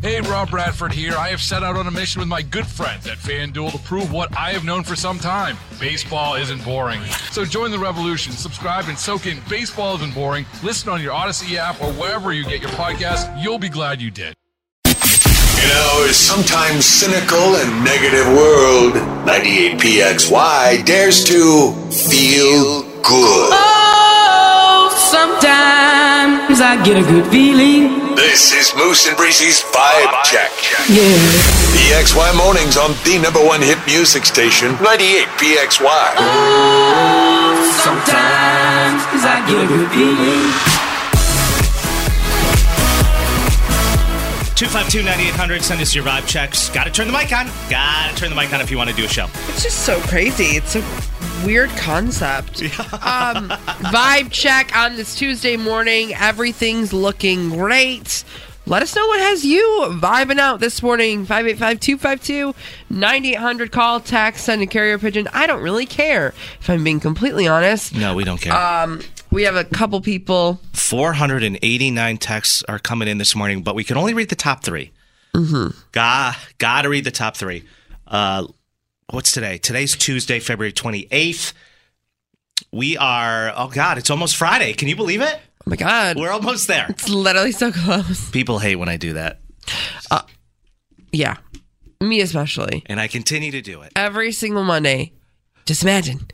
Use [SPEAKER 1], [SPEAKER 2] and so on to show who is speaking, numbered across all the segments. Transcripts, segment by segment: [SPEAKER 1] Hey, Rob Bradford here. I have set out on a mission with my good friends at FanDuel to prove what I have known for some time baseball isn't boring. So join the revolution. Subscribe and soak in Baseball Isn't Boring. Listen on your Odyssey app or wherever you get your podcast. You'll be glad you did.
[SPEAKER 2] In our sometimes cynical and negative world, 98PXY dares to feel good.
[SPEAKER 3] Oh, sometimes I get a good feeling.
[SPEAKER 2] This is Moose and Breezy's Vibe Check.
[SPEAKER 3] Yeah.
[SPEAKER 2] PXY mornings on the number one hit music station, 98PXY.
[SPEAKER 3] Oh, sometimes I get a good feeling.
[SPEAKER 4] 252 9800, send us your vibe checks. Gotta turn the mic on. Gotta turn the mic on if you want to do a show.
[SPEAKER 5] It's just so crazy. It's a weird concept. um, vibe check on this Tuesday morning. Everything's looking great. Let us know what has you vibing out this morning. 585 252 9800. Call, text, send a carrier pigeon. I don't really care if I'm being completely honest.
[SPEAKER 4] No, we don't care.
[SPEAKER 5] Um, we have a couple people. Oh
[SPEAKER 4] 489 texts are coming in this morning, but we can only read the top 3 Mm-hmm. Got, gotta read the top three. Uh, what's today? Today's Tuesday, February 28th. We are, oh God, it's almost Friday. Can you believe it?
[SPEAKER 5] Oh my God.
[SPEAKER 4] We're almost there.
[SPEAKER 5] it's literally so close.
[SPEAKER 4] People hate when I do that,
[SPEAKER 5] Yeah. Me especially.
[SPEAKER 4] and I continue to do it.
[SPEAKER 5] every single Monday. Just imagine.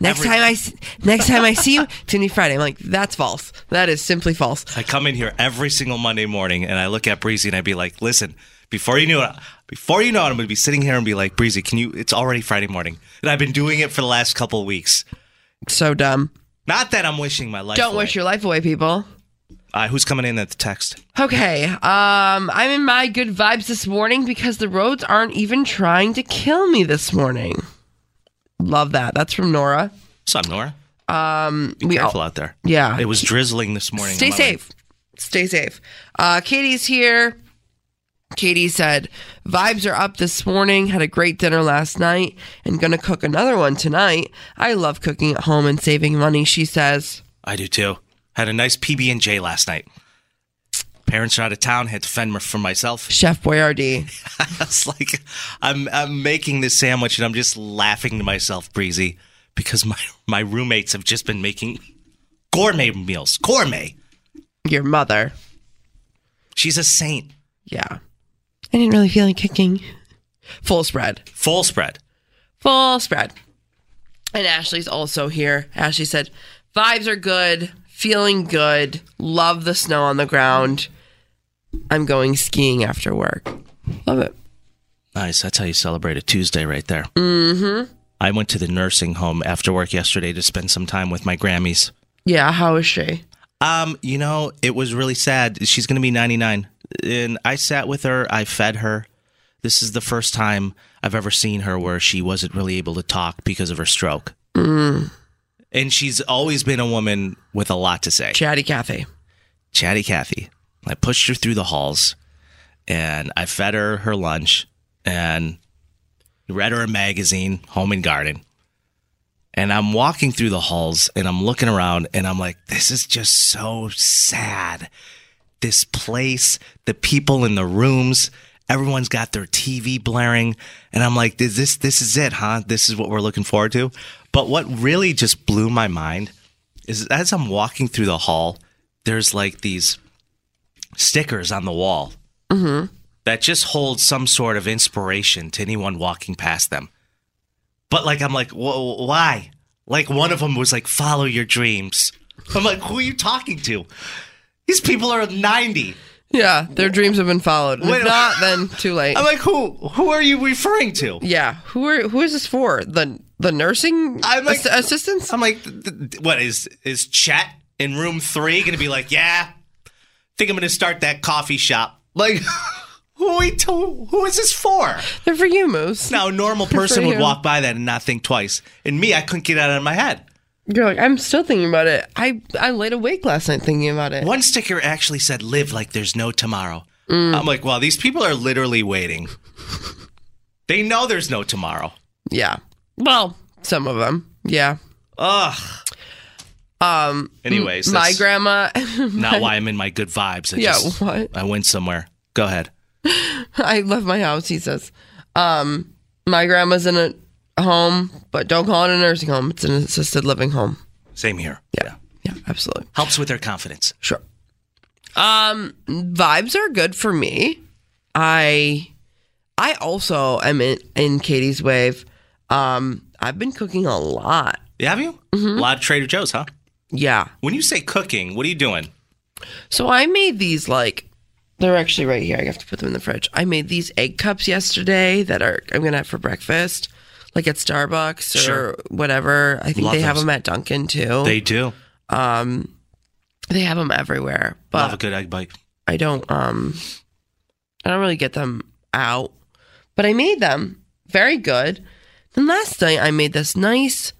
[SPEAKER 5] Next
[SPEAKER 4] Every-
[SPEAKER 5] time I s- next time I see you, it's gonna be Friday. I'm like, that's false. That is simply false.
[SPEAKER 4] I come in here every single Monday morning and I look at Breezy and I'd be like, listen, before you knew it, before you know it, I'm going to be sitting here and be like, Breezy, can you, it's already Friday morning. And I've been doing it for the last couple of weeks.
[SPEAKER 5] So dumb.
[SPEAKER 4] Not that I'm wishing my life.
[SPEAKER 5] Don't
[SPEAKER 4] away.
[SPEAKER 5] wish your life away, people.
[SPEAKER 4] Uh, who's coming in at the text?
[SPEAKER 5] Okay, um, I'm in my good vibes this morning because the roads aren't even trying to kill me this morning. Love that. That's from Nora.
[SPEAKER 4] What's up, Nora? Um, be
[SPEAKER 5] we
[SPEAKER 4] careful
[SPEAKER 5] all-
[SPEAKER 4] out there.
[SPEAKER 5] yeah.
[SPEAKER 4] It was drizzling this morning.
[SPEAKER 5] Stay
[SPEAKER 4] on my way.
[SPEAKER 5] safe. Stay safe. Uh, Katie's here. Katie said, Vibes are up this morning. Had a great dinner last night and gonna cook another one tonight. I love cooking at home and saving money, she says.
[SPEAKER 4] I do too. Had a nice PB and J last night. Parents are out of town. Had to fend for myself.
[SPEAKER 5] Chef Boyardee.
[SPEAKER 4] It's like I'm I'm making this sandwich and I'm just laughing to myself, Breezy, because my my roommates have just been making gourmet meals. Gourmet.
[SPEAKER 5] Your mother.
[SPEAKER 4] She's a saint.
[SPEAKER 5] Yeah. I didn't really feel like cooking. Full spread.
[SPEAKER 4] Full spread.
[SPEAKER 5] Full spread. And Ashley's also here. Ashley said, Vibes are good, feeling good, love the snow on the ground. I'm going skiing after work. Love it.
[SPEAKER 4] Nice. That's how you celebrate a Tuesday right there. Mm-hmm. I went to the nursing home after work yesterday to spend some time with my Grammys.
[SPEAKER 5] Yeah, how is she?
[SPEAKER 4] Um, you know, it was really sad. She's going to be 99. And I sat with her, I fed her. This is the first time I've ever seen her where she wasn't really able to talk because of her stroke. And she's always been a woman with a lot to say.
[SPEAKER 5] Chatty Cathy.
[SPEAKER 4] Chatty Cathy. I pushed her through the halls and I fed her her lunch and read her a magazine, Home and Garden. And I'm walking through the halls and I'm looking around and I'm like, this is just so sad. This place, the people in the rooms, everyone's got their TV blaring. And I'm like, is this this is it, huh? This is what we're looking forward to. But what really just blew my mind is as I'm walking through the hall, there's like these stickers on the wall that just hold some sort of inspiration to anyone walking past them. But like, I'm like, wh- why? Like, one of them was like, follow your dreams. I'm like, who are you talking to? These people are 90.
[SPEAKER 5] Yeah, their dreams have been followed.
[SPEAKER 4] Wait-
[SPEAKER 5] if not, then too late.
[SPEAKER 4] I'm like, who? Who are you referring to?
[SPEAKER 5] yeah, who are who is this for? The the nursing
[SPEAKER 4] I'm like-
[SPEAKER 5] ass- assistants?
[SPEAKER 4] I'm like, th- th- what is is Chet in room three gonna be like? Yeah, think I'm gonna start that coffee shop. Like, who are we to, Who is this for?
[SPEAKER 5] They're for you, Moose.
[SPEAKER 4] Now, a normal person would
[SPEAKER 5] you.
[SPEAKER 4] walk by that and not think twice. And me, I couldn't get it out of my head.
[SPEAKER 5] You're like, I'm still thinking about it. I I laid awake last night thinking about it.
[SPEAKER 4] One sticker actually said, live like there's no tomorrow.
[SPEAKER 5] Mm.
[SPEAKER 4] I'm like, well, these people are literally waiting. they know there's no tomorrow.
[SPEAKER 5] Yeah. Well, some of them. Yeah.
[SPEAKER 4] Ugh. Um. Anyways,
[SPEAKER 5] My
[SPEAKER 4] that's
[SPEAKER 5] grandma
[SPEAKER 4] not why I'm in my good vibes. I
[SPEAKER 5] Yeah,
[SPEAKER 4] just-
[SPEAKER 5] what?
[SPEAKER 4] I went somewhere. Go ahead.
[SPEAKER 5] I love my house, he says. Um, my grandma's in a home, but don't call it a nursing home. It's an assisted living home.
[SPEAKER 4] Same here.
[SPEAKER 5] Yeah. Yeah, absolutely.
[SPEAKER 4] Helps with their confidence.
[SPEAKER 5] Sure. Um, vibes are good for me. I I also am in, in Katie's wave. Um, I've been cooking a lot.
[SPEAKER 4] Yeah, have you?
[SPEAKER 5] Mm-hmm.
[SPEAKER 4] A lot of Trader Joe's, huh?
[SPEAKER 5] Yeah.
[SPEAKER 4] When you say cooking, what are you doing?
[SPEAKER 5] So I made these like they're actually right here. I have to put them in the fridge. I made these egg cups yesterday that are I'm gonna have for breakfast, like at Starbucks or
[SPEAKER 4] Sure.
[SPEAKER 5] whatever. I think
[SPEAKER 4] Love
[SPEAKER 5] they have
[SPEAKER 4] those.
[SPEAKER 5] them at Dunkin' too.
[SPEAKER 4] They do.
[SPEAKER 5] they have them everywhere,
[SPEAKER 4] Love a
[SPEAKER 5] but
[SPEAKER 4] good egg bite.
[SPEAKER 5] I don't um I don't really get them out. But I made them very good. Then last night I made this nice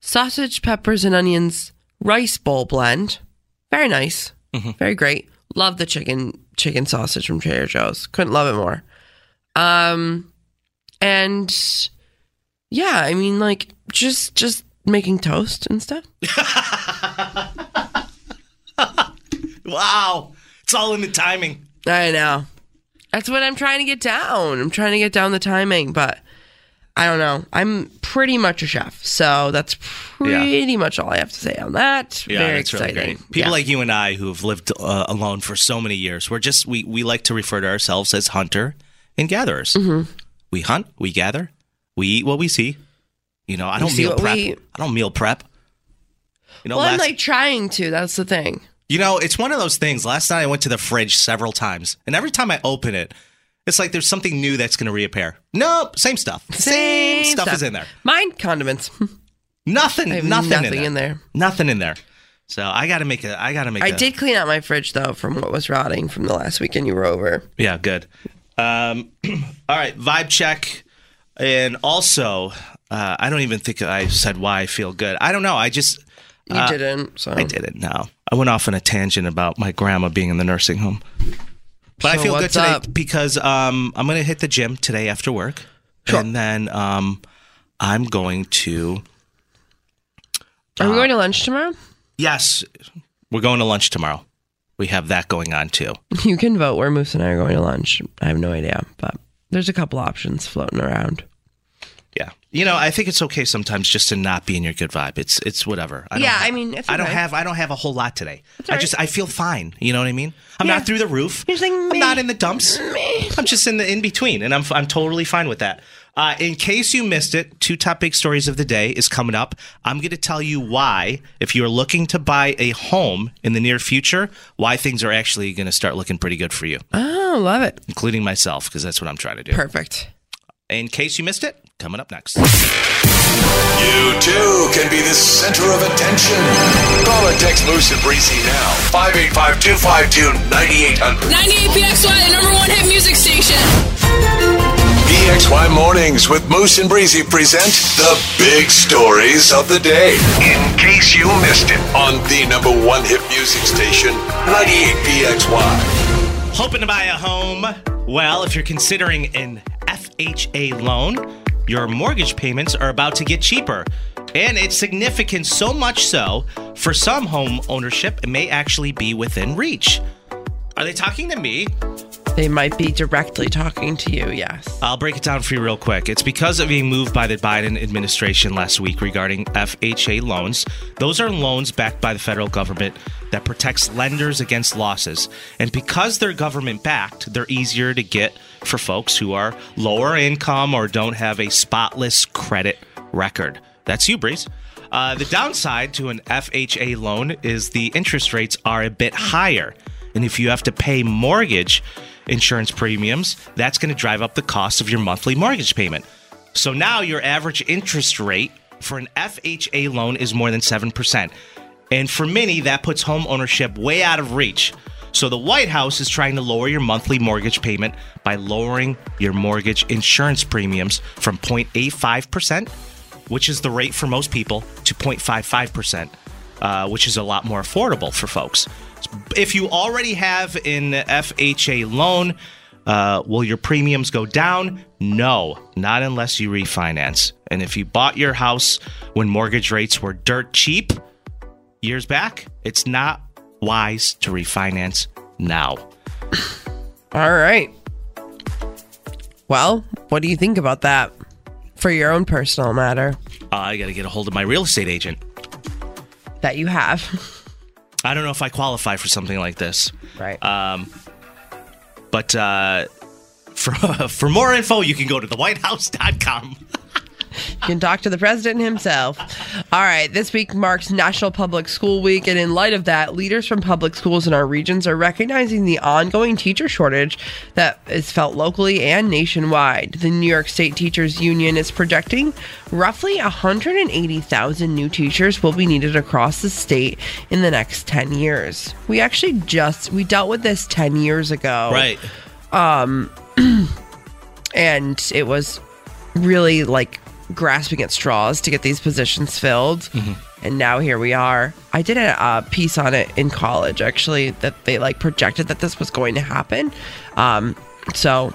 [SPEAKER 5] sausage, peppers, and onions rice bowl blend. Very nice. Very great. Love the chicken chicken sausage from Trader Joe's. Couldn't love it more. Um and yeah, I mean like just just making toast and stuff.
[SPEAKER 4] Wow. It's all in the timing.
[SPEAKER 5] I know. That's what I'm trying to get down. I'm trying to get down the timing, but I don't know. I'm pretty much a chef, so that's pretty much all I have to say on that.
[SPEAKER 4] Yeah,
[SPEAKER 5] Very
[SPEAKER 4] that's
[SPEAKER 5] exciting.
[SPEAKER 4] really great. People
[SPEAKER 5] Yeah.
[SPEAKER 4] like you and I who have lived uh, alone for so many years, we're just we we like to refer to ourselves as hunter and gatherers.
[SPEAKER 5] Mm-hmm.
[SPEAKER 4] We hunt, we gather, we eat what we see. You know, I don't
[SPEAKER 5] see
[SPEAKER 4] meal
[SPEAKER 5] what we
[SPEAKER 4] prep.
[SPEAKER 5] eat.
[SPEAKER 4] I don't meal prep. You know,
[SPEAKER 5] well, I'm
[SPEAKER 4] last-
[SPEAKER 5] like trying to. That's the thing.
[SPEAKER 4] You know, it's one of those things. Last night I went to the fridge several times, and every time I open it, it's like there's something new that's going to reappear. Nope, same stuff. Same, stuff, is in there.
[SPEAKER 5] Mine condiments.
[SPEAKER 4] Nothing,
[SPEAKER 5] I have
[SPEAKER 4] nothing,
[SPEAKER 5] nothing
[SPEAKER 4] in, there.
[SPEAKER 5] in there.
[SPEAKER 4] Nothing in there. So I got to make a. I got to make.
[SPEAKER 5] I
[SPEAKER 4] a-
[SPEAKER 5] did clean out my fridge though from what was rotting from the last weekend you were over.
[SPEAKER 4] Yeah, good. Um, all right, vibe check, and also uh, I don't even think I said why I feel good. I don't know. I just
[SPEAKER 5] You didn't, so
[SPEAKER 4] Uh, I did it now. I went off on a tangent about my grandma being in the nursing home. But
[SPEAKER 5] So
[SPEAKER 4] I feel good
[SPEAKER 5] what's
[SPEAKER 4] today
[SPEAKER 5] up?
[SPEAKER 4] because um, I'm going to hit the gym today after work. And then um, I'm going to,
[SPEAKER 5] Are we going to lunch tomorrow?
[SPEAKER 4] yes, we're going to lunch tomorrow. We have that going on too.
[SPEAKER 5] You can vote where Moose and I are going to lunch. I have no idea, but there's a couple options floating around.
[SPEAKER 4] Yeah. You know, I think it's okay sometimes just to not be in your good vibe. It's it's whatever. I don't
[SPEAKER 5] Yeah,
[SPEAKER 4] ha-
[SPEAKER 5] I mean, it's
[SPEAKER 4] I don't
[SPEAKER 5] okay.
[SPEAKER 4] have I don't have a whole lot today. I
[SPEAKER 5] all
[SPEAKER 4] just I feel fine. You know what I mean? I'm
[SPEAKER 5] Yeah.
[SPEAKER 4] not through the roof.
[SPEAKER 5] You're just like,
[SPEAKER 4] I'm
[SPEAKER 5] "Me,
[SPEAKER 4] not in the dumps. I'm just in the in between, and I'm I'm totally fine with that. Uh, in case you missed it, two top big stories of the day is coming up. I'm going to tell you why, if you're looking to buy a home in the near future, why things are actually going to start looking pretty good for you,
[SPEAKER 5] Oh, love it.
[SPEAKER 4] including myself, because that's what I'm trying to do.
[SPEAKER 5] Perfect.
[SPEAKER 4] In case you missed it, coming up next.
[SPEAKER 2] You too can be the center of attention. Call or text Moose and Breezy now. 585 252 9800.
[SPEAKER 6] 98PXY, the number one hit music station.
[SPEAKER 2] BXY Mornings with Moose and Breezy present the big stories of the day. In case you missed it. On the number one hit music station, 98BXY.
[SPEAKER 4] Hoping to buy a home? Well, if you're considering an FHA loan, your mortgage payments are about to get cheaper. And it's significant so much so, for some home ownership, it may actually be within reach. Are they talking to me?
[SPEAKER 5] They might be directly talking to you, yes.
[SPEAKER 4] I'll break it down for you real quick. It's because of a move by the Biden administration last week regarding FHA loans. Those are loans backed by the federal government that protects lenders against losses. And because they're government backed, they're easier to get for folks who are lower income or don't have a spotless credit record. That's you, Breeze. Uh, the downside to an FHA loan is the interest rates are a bit higher. And if you have to pay mortgage insurance premiums, that's going to drive up the cost of your monthly mortgage payment. So now your average interest rate for an FHA loan is more than 7%. And for many, that puts home ownership way out of reach. So the White House is trying to lower your monthly mortgage payment by lowering your mortgage insurance premiums from 0.85% which is the rate for most people, to 0.55%, uh, which is a lot more affordable for folks. If you already have an FHA loan, uh, will your premiums go down? No, not unless you refinance. And if you bought your house when mortgage rates were dirt cheap years back, it's not wise to refinance now.
[SPEAKER 5] All right. Well, what do you think about that for your own personal matter
[SPEAKER 4] Uh, I got to get a hold of my real estate agent.
[SPEAKER 5] that you have?
[SPEAKER 4] I don't know if I qualify for something like this,
[SPEAKER 5] right.
[SPEAKER 4] Um, but uh, for for more info, you can go to thewhitehouse.com.
[SPEAKER 5] can talk to the president himself. All right, this week marks National Public School Week, and in light of that, leaders from public schools in our regions are recognizing the ongoing teacher shortage that is felt locally and nationwide. The New York State Teachers Union is projecting roughly 180,000 new teachers will be needed across the state in the next 10 years. We actually just we dealt with this 10 years ago
[SPEAKER 4] Right.
[SPEAKER 5] and it was really like grasping at straws to get these positions filled. And now here we are. I did a uh, piece on it in college, actually, that they like projected that this was going to happen. Um, so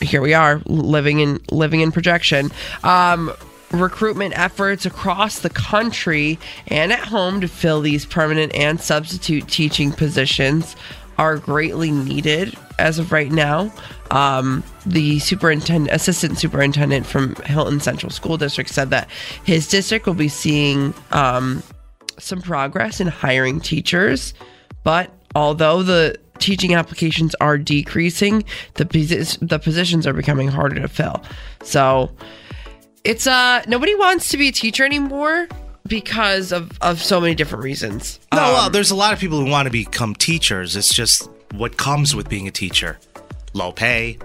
[SPEAKER 5] here we are, living in living in projection. Um, recruitment efforts across the country and at home to fill these permanent and substitute teaching positions are greatly needed as of right now. Um, the superintendent, assistant superintendent from Hilton Central School District said that his district will be seeing um, some progress in hiring teachers, but although the teaching applications are decreasing, the posi- the positions are becoming harder to fill. So it's uh nobody wants to be a teacher anymore because of of so many different reasons.
[SPEAKER 4] No, well, there's a lot of people who want to become teachers. It's just what comes with being a teacher. Low pay,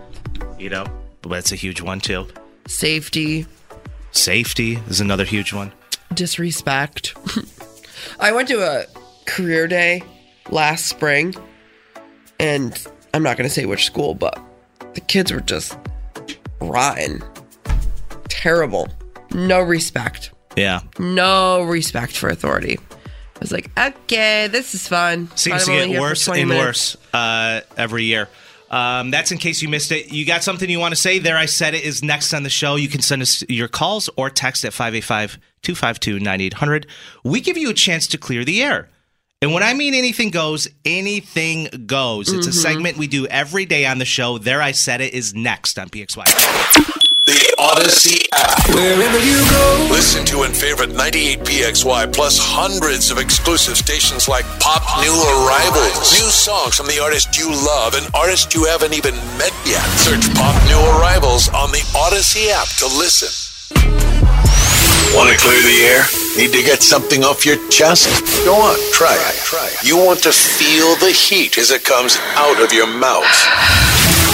[SPEAKER 4] you know, but that's a huge one too.
[SPEAKER 5] Safety,
[SPEAKER 4] Safety is another huge one.
[SPEAKER 5] disrespect. I went to a career day last spring, and I'm not going to say which school, but the kids were just rotten, terrible, no respect,
[SPEAKER 4] Yeah.
[SPEAKER 5] no respect for authority. I was like, okay, this is fun.
[SPEAKER 4] Seems to
[SPEAKER 5] Glad I'm only
[SPEAKER 4] get
[SPEAKER 5] here for
[SPEAKER 4] worse
[SPEAKER 5] 20
[SPEAKER 4] and
[SPEAKER 5] minutes.
[SPEAKER 4] worse uh, every year. Um, that's in case you missed it. You got something you want to say? There I Said It is next on the show. You can send us your calls or text at 585 252 9800. We give you a chance to clear the air. And when I mean anything goes, anything goes. It's
[SPEAKER 5] Mm-hmm.
[SPEAKER 4] a segment we do every day on the show. There I Said It is next on PXY.
[SPEAKER 2] The Odyssey app. Wherever you go. Listen to and favorite 98PXY plus hundreds of exclusive stations like Pop New Arrivals. New songs from the artist you love and artists you haven't even met yet. Search Pop New Arrivals on the Odyssey app to listen. Want to clear the air? Need to get something off your chest? Go on, try it. Try it. You want to feel the heat as it comes out of your mouth.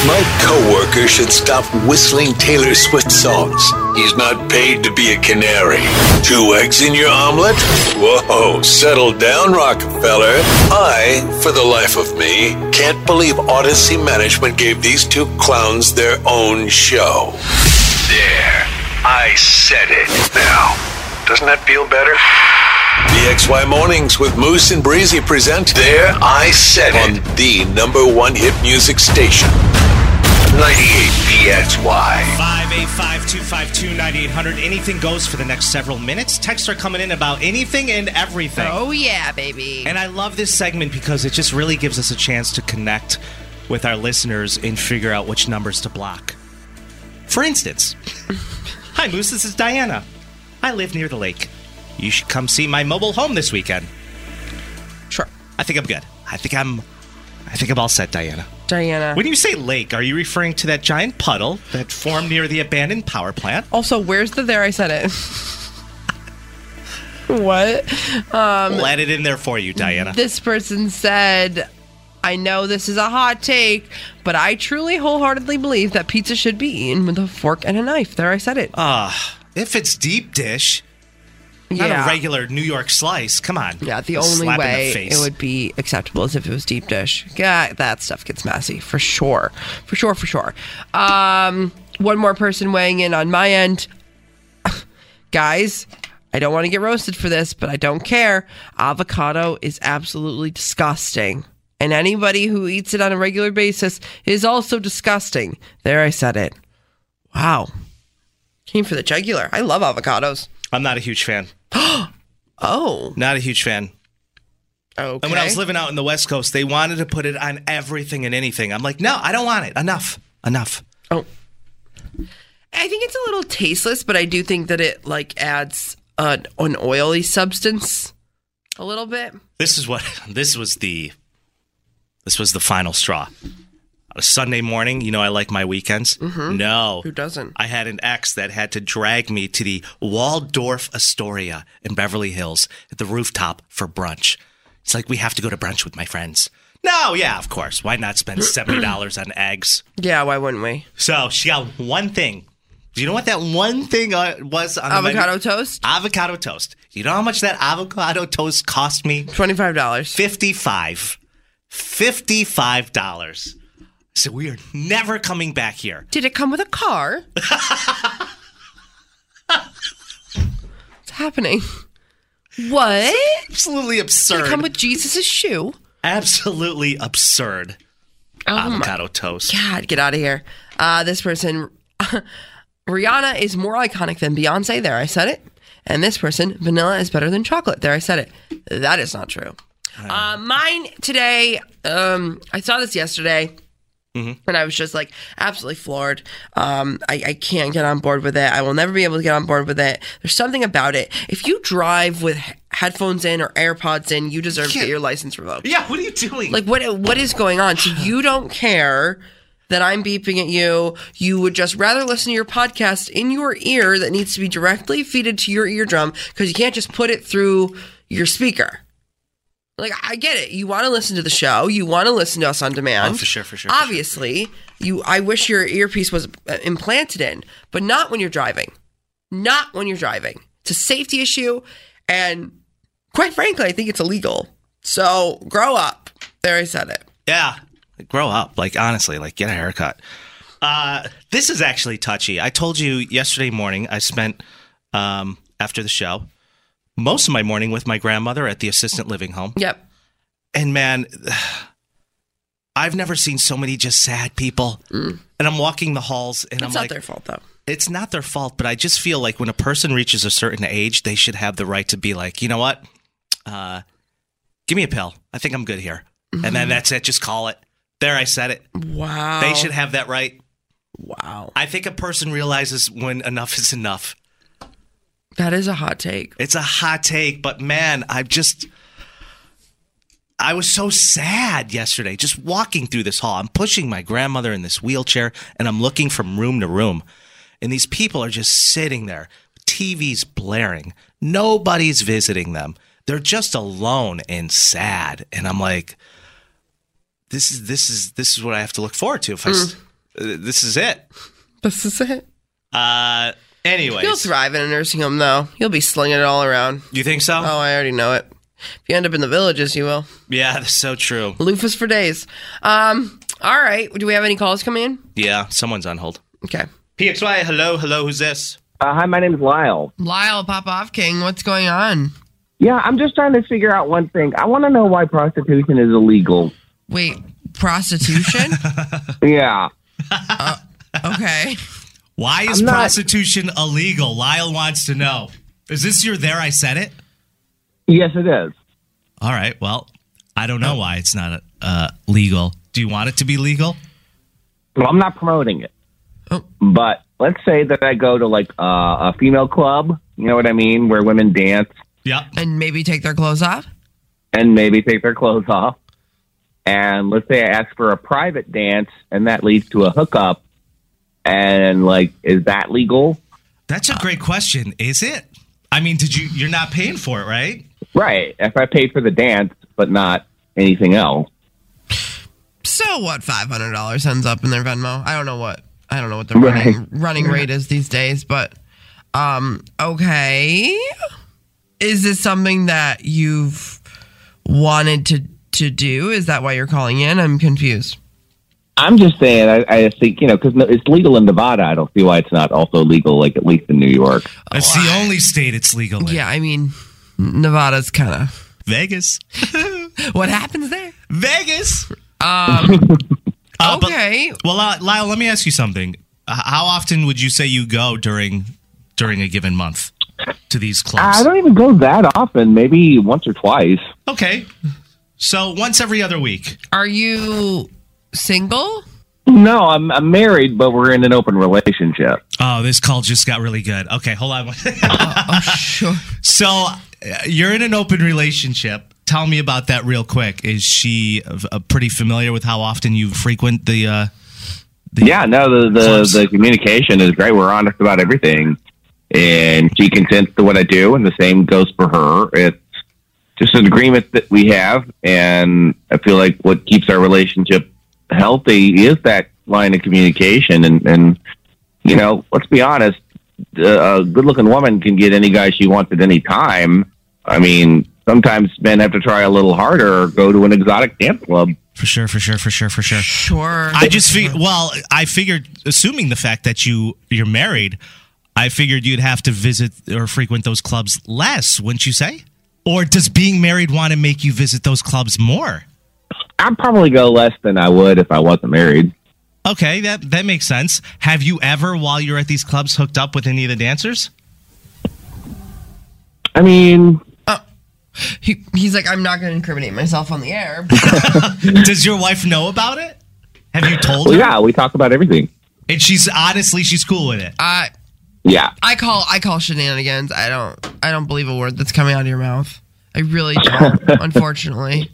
[SPEAKER 2] My coworker should stop whistling Taylor Swift songs. He's not paid to be a canary. Two eggs in your omelet? Whoa, settle down, Rockefeller. I, for the life of me, can't believe Odyssey Management gave these two clowns their own show. There, I said it. Now, doesn't that feel better? BXY Mornings with Moose and Breezy present There I Said It on the number one hit music station. 98BXY.
[SPEAKER 4] 585 252 9800. Anything goes for the next several minutes. Texts are coming in about anything and everything.
[SPEAKER 5] Oh, yeah, baby.
[SPEAKER 4] And I love this segment because it just really gives us a chance to connect with our listeners and figure out which numbers to block. For instance, hi Moose, this is Diana. I live near the lake. You should come see my mobile home this weekend.
[SPEAKER 5] Sure.
[SPEAKER 4] I think I'm good. I think I'm I think I'm all set, Diana.
[SPEAKER 5] Diana.
[SPEAKER 4] When you say lake, are you referring to that giant puddle that formed near the abandoned power plant?
[SPEAKER 5] also, where's the there I said it? what? Um,
[SPEAKER 4] I'll add it in there for you, Diana.
[SPEAKER 5] this person said, I know this is a hot take, but I truly wholeheartedly believe that pizza should be eaten with a fork and a knife. There, I said it.
[SPEAKER 4] if it's deep dish, Uh, not
[SPEAKER 5] yeah.
[SPEAKER 4] a regular New York slice, come on.
[SPEAKER 5] yeah, the
[SPEAKER 4] A
[SPEAKER 5] only
[SPEAKER 4] slap in the
[SPEAKER 5] way
[SPEAKER 4] face.
[SPEAKER 5] it would be acceptable is if it was deep dish. Yeah, that stuff gets messy for sure. For sure, for sure. Um, one more person weighing in on my end. Guys, I don't want to get roasted for this, but I don't care. Avocado is absolutely disgusting. And anybody who eats it on a regular basis is also disgusting. There, I said it. Wow. Came for the jugular. I love avocados.
[SPEAKER 4] I'm not a huge fan.
[SPEAKER 5] Oh,
[SPEAKER 4] Not a huge fan.
[SPEAKER 5] Okay.
[SPEAKER 4] And when I was living out in the West Coast, they wanted to put it on everything and anything. I'm like, no, I don't want it. Enough. Enough.
[SPEAKER 5] Oh. I think it's a little tasteless, but I do think that it like adds an, an oily substance a little bit.
[SPEAKER 4] This is what this was the this was the final straw. A Sunday morning, you know, I like my weekends. No,
[SPEAKER 5] Mm-hmm. Who doesn't?
[SPEAKER 4] I had an ex that had to drag me to the Waldorf Astoria in Beverly Hills at the rooftop for brunch. It's like we have to go to brunch with my friends. No, yeah, of course. Why not spend seventy dollars on eggs?
[SPEAKER 5] Yeah, why wouldn't we?
[SPEAKER 4] So she got one thing. Do you know what that one thing uh, was? On the menu?
[SPEAKER 5] Avocado toast,
[SPEAKER 4] Avocado toast. You know how much that avocado toast cost me?
[SPEAKER 5] $25.
[SPEAKER 4] Fifty-five. Fifty-five dollars. So we are never coming back here.
[SPEAKER 5] Did it come with a car? What's happening? What?
[SPEAKER 4] Absolutely absurd.
[SPEAKER 5] Did it come with Jesus' shoe?
[SPEAKER 4] Absolutely absurd. avocado toast.
[SPEAKER 5] Oh God, get out of here. Uh, this person, Rihanna is more iconic than Beyonce. There, I said it. And this person, vanilla is better than chocolate. There, I said it. That is not true. Uh, mine today, um, I saw this yesterday. And I was just like absolutely floored. Um, I, I can't get on board with it. I will never be able to get on board with it. There's something about it. If you drive with he- headphones in or AirPods in, you deserve to get your license revoked.
[SPEAKER 4] Yeah, what are you doing?
[SPEAKER 5] Like what what is going on? So you don't care that I'm beeping at you. You would just rather listen to your podcast in your ear that needs to be directly feeded to your eardrum because you can't just put it through your speaker. Like I get it. You want to listen to the show. You want to listen to us on demand.
[SPEAKER 4] Oh, for sure, for sure, for sure.
[SPEAKER 5] Obviously, you. I wish your earpiece was uh, implanted in, but not when you're driving. Not when you're driving. It's a safety issue, and quite frankly, I think it's illegal. So grow up. There, I said it.
[SPEAKER 4] yeah. Like, grow up. Like honestly, like get a haircut. Uh, this is actually touchy. I told you yesterday morning I spent um, after the show most of my morning with my grandmother at the assistant living home.
[SPEAKER 5] Yep.
[SPEAKER 4] And man, I've never seen so many just sad people. And I'm walking the halls and I'm
[SPEAKER 5] Mm. It's not
[SPEAKER 4] like
[SPEAKER 5] their fault though.
[SPEAKER 4] it's not their fault, but I just feel like when a person reaches a certain age, they should have the right to be like, you know what? Uh, give me a pill. I think I'm good here. And then that's it. Just call it. There, I said it.
[SPEAKER 5] Wow.
[SPEAKER 4] They should have that right.
[SPEAKER 5] Wow.
[SPEAKER 4] I think a person realizes when enough is enough.
[SPEAKER 5] That is a hot take.
[SPEAKER 4] It's a hot take, but man, I just. I was so sad yesterday just walking through this hall. I'm pushing my grandmother in this wheelchair and I'm looking from room to room. And these people are just sitting there, TV's blaring. Nobody's visiting them. They're just alone and sad. And I'm like, this is this is this is what I have to look forward to if I s- uh, this is it.
[SPEAKER 5] This is it.
[SPEAKER 4] Uh anyways.
[SPEAKER 5] You'll thrive in a nursing home though. You'll be slinging it all around.
[SPEAKER 4] you think so?
[SPEAKER 5] Oh, I already know it. If you end up in the villages, you will.
[SPEAKER 4] Yeah, that's so true.
[SPEAKER 5] Loofahs for days. Um. All right. Do we have any calls coming in?
[SPEAKER 4] Yeah, someone's on hold.
[SPEAKER 5] Okay.
[SPEAKER 4] PXY, hello, hello, who's this?
[SPEAKER 7] Uh, hi, my name is Lyle.
[SPEAKER 5] Lyle Popoff King, what's going on?
[SPEAKER 7] Yeah, I'm just trying to figure out one thing. I want to know why prostitution is illegal.
[SPEAKER 5] Wait, prostitution?
[SPEAKER 7] Yeah.
[SPEAKER 5] okay.
[SPEAKER 4] Why is
[SPEAKER 7] I'm not-
[SPEAKER 4] prostitution illegal? Lyle wants to know. Is this your there I said it?
[SPEAKER 7] Yes, it is.
[SPEAKER 4] All right, well, I don't know why it's not uh, legal. Do you want it to be legal?
[SPEAKER 7] Well, I'm not promoting it.
[SPEAKER 5] Oh.
[SPEAKER 7] But let's say that I go to like uh, a female club, you know what I mean, where women dance
[SPEAKER 4] Yep.
[SPEAKER 5] And maybe take their clothes off?
[SPEAKER 7] and maybe take their clothes off. And let's say I ask for a private dance and that leads to a hookup. And like, is that legal?
[SPEAKER 4] That's a great question. Is it? I mean, did you you're not paying for it, right?
[SPEAKER 7] Right. If I paid for the dance, but not anything else.
[SPEAKER 5] So what? Five hundred dollars ends up in their Venmo. I don't know what. I don't know what the
[SPEAKER 7] Right.
[SPEAKER 5] running running rate is these days, but um, okay. Is this something that you've wanted to to do? Is that why you're calling in? I'm confused.
[SPEAKER 7] I'm just saying, I, I just think, you know, because it's legal in Nevada. I don't see why it's not also legal, like at least in New York.
[SPEAKER 4] It's the only state it's legal in.
[SPEAKER 5] Yeah, I mean, Nevada's kind of
[SPEAKER 4] Vegas.
[SPEAKER 5] what happens there.
[SPEAKER 4] Vegas. Um, but-
[SPEAKER 5] okay,
[SPEAKER 4] Well, uh, Lyle, let me ask you something. H- How often would you say you go during during a given month to these clubs?
[SPEAKER 7] I don't even go that often, maybe once or twice.
[SPEAKER 4] Okay, So once every other week.
[SPEAKER 5] Are you single?
[SPEAKER 7] No, I'm, I'm married, but we're in an open relationship.
[SPEAKER 4] Oh, this call just got really good. Okay, hold on.
[SPEAKER 5] Oh, Sure.
[SPEAKER 4] so uh, you're in an open relationship. Tell me about that real quick. Is she uh, pretty familiar with how often you frequent the? Uh, the
[SPEAKER 7] Yeah, no, the
[SPEAKER 4] Clubs.
[SPEAKER 7] the, the communication is great. We're honest about everything, and she consents to what I do, and the same goes for her. It's just an agreement that we have, and I feel like what keeps our relationship healthy is that line of communication. And and you know, let's be honest, uh, a good looking woman can get any guy she wants at any time. I mean, sometimes men have to try a little harder or go to an exotic dance club.
[SPEAKER 4] For sure, for sure, for sure, for sure.
[SPEAKER 5] Sure.
[SPEAKER 4] I just fig- well, I figured, assuming the fact that you you're married, I figured you'd have to visit or frequent those clubs less, wouldn't you say? Or does being married want to make you visit those clubs more?
[SPEAKER 7] I'd probably go less than I would if I wasn't married.
[SPEAKER 4] Okay, that that makes sense. Have you ever, while you're at these clubs, hooked up with any of the dancers?
[SPEAKER 7] I mean,
[SPEAKER 5] He, he's like, I'm not going to incriminate myself on the air.
[SPEAKER 4] Does your wife know about it? Have you told
[SPEAKER 7] Well,
[SPEAKER 4] her?
[SPEAKER 7] yeah, we talk about everything.
[SPEAKER 4] And she's honestly, she's cool with it.
[SPEAKER 5] I
[SPEAKER 7] Yeah.
[SPEAKER 5] I call I call shenanigans. I don't I don't believe a word that's coming out of your mouth. I really don't, unfortunately.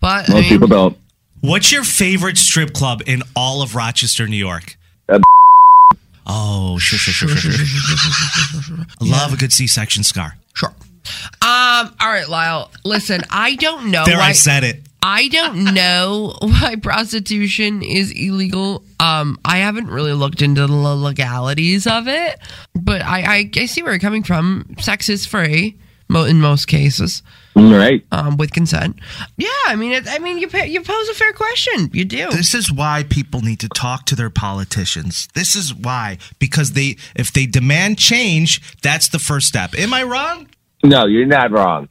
[SPEAKER 5] But I
[SPEAKER 7] Most people
[SPEAKER 5] mean,
[SPEAKER 7] don't.
[SPEAKER 4] What's your favorite strip club in all of Rochester, New York?
[SPEAKER 7] Uh,
[SPEAKER 4] oh, sure, sure, sure, sure, sure, sure, sure, sure, sure. I love a good C-section scar.
[SPEAKER 5] sure. Um. All right, Lyle. Listen, I don't know.
[SPEAKER 4] There,
[SPEAKER 5] why,
[SPEAKER 4] I said it.
[SPEAKER 5] I don't know why prostitution is illegal. Um, I haven't really looked into the legalities of it, but I, I, I see where you're coming from. Sex is free mo- in most cases
[SPEAKER 7] Right.
[SPEAKER 5] um, with consent. Yeah, I mean, it, I mean, you pa- you pose a fair question. You do.
[SPEAKER 4] This is why people need to talk to their politicians. This is why, because they, if they demand change, that's the first step. Am I wrong?
[SPEAKER 7] No, you're not wrong.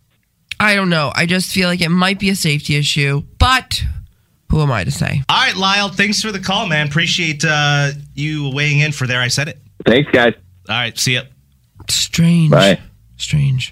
[SPEAKER 5] I don't know. I just feel like it might be a safety issue, but who am I to say?
[SPEAKER 4] All right, Lyle. Thanks for the call, man. Appreciate uh, you weighing in for there. I said it.
[SPEAKER 7] Thanks, guys.
[SPEAKER 4] All right, see ya.
[SPEAKER 5] Strange.
[SPEAKER 7] Bye.
[SPEAKER 5] Strange.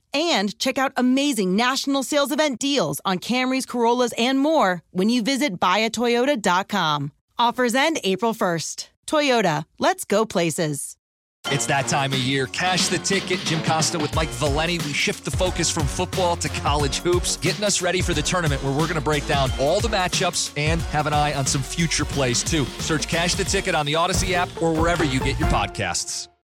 [SPEAKER 8] and check out amazing national sales event deals on Camrys, Corollas, and more when you visit buyatoyota.com. Offers end April 1st. Toyota, let's go places.
[SPEAKER 9] It's that time of year. Cash the ticket. Jim Costa with Mike Valeni. We shift the focus from football to college hoops, getting us ready for the tournament where we're going to break down all the matchups and have an eye on some future plays, too. Search Cash the Ticket on the Odyssey app or wherever you get your podcasts.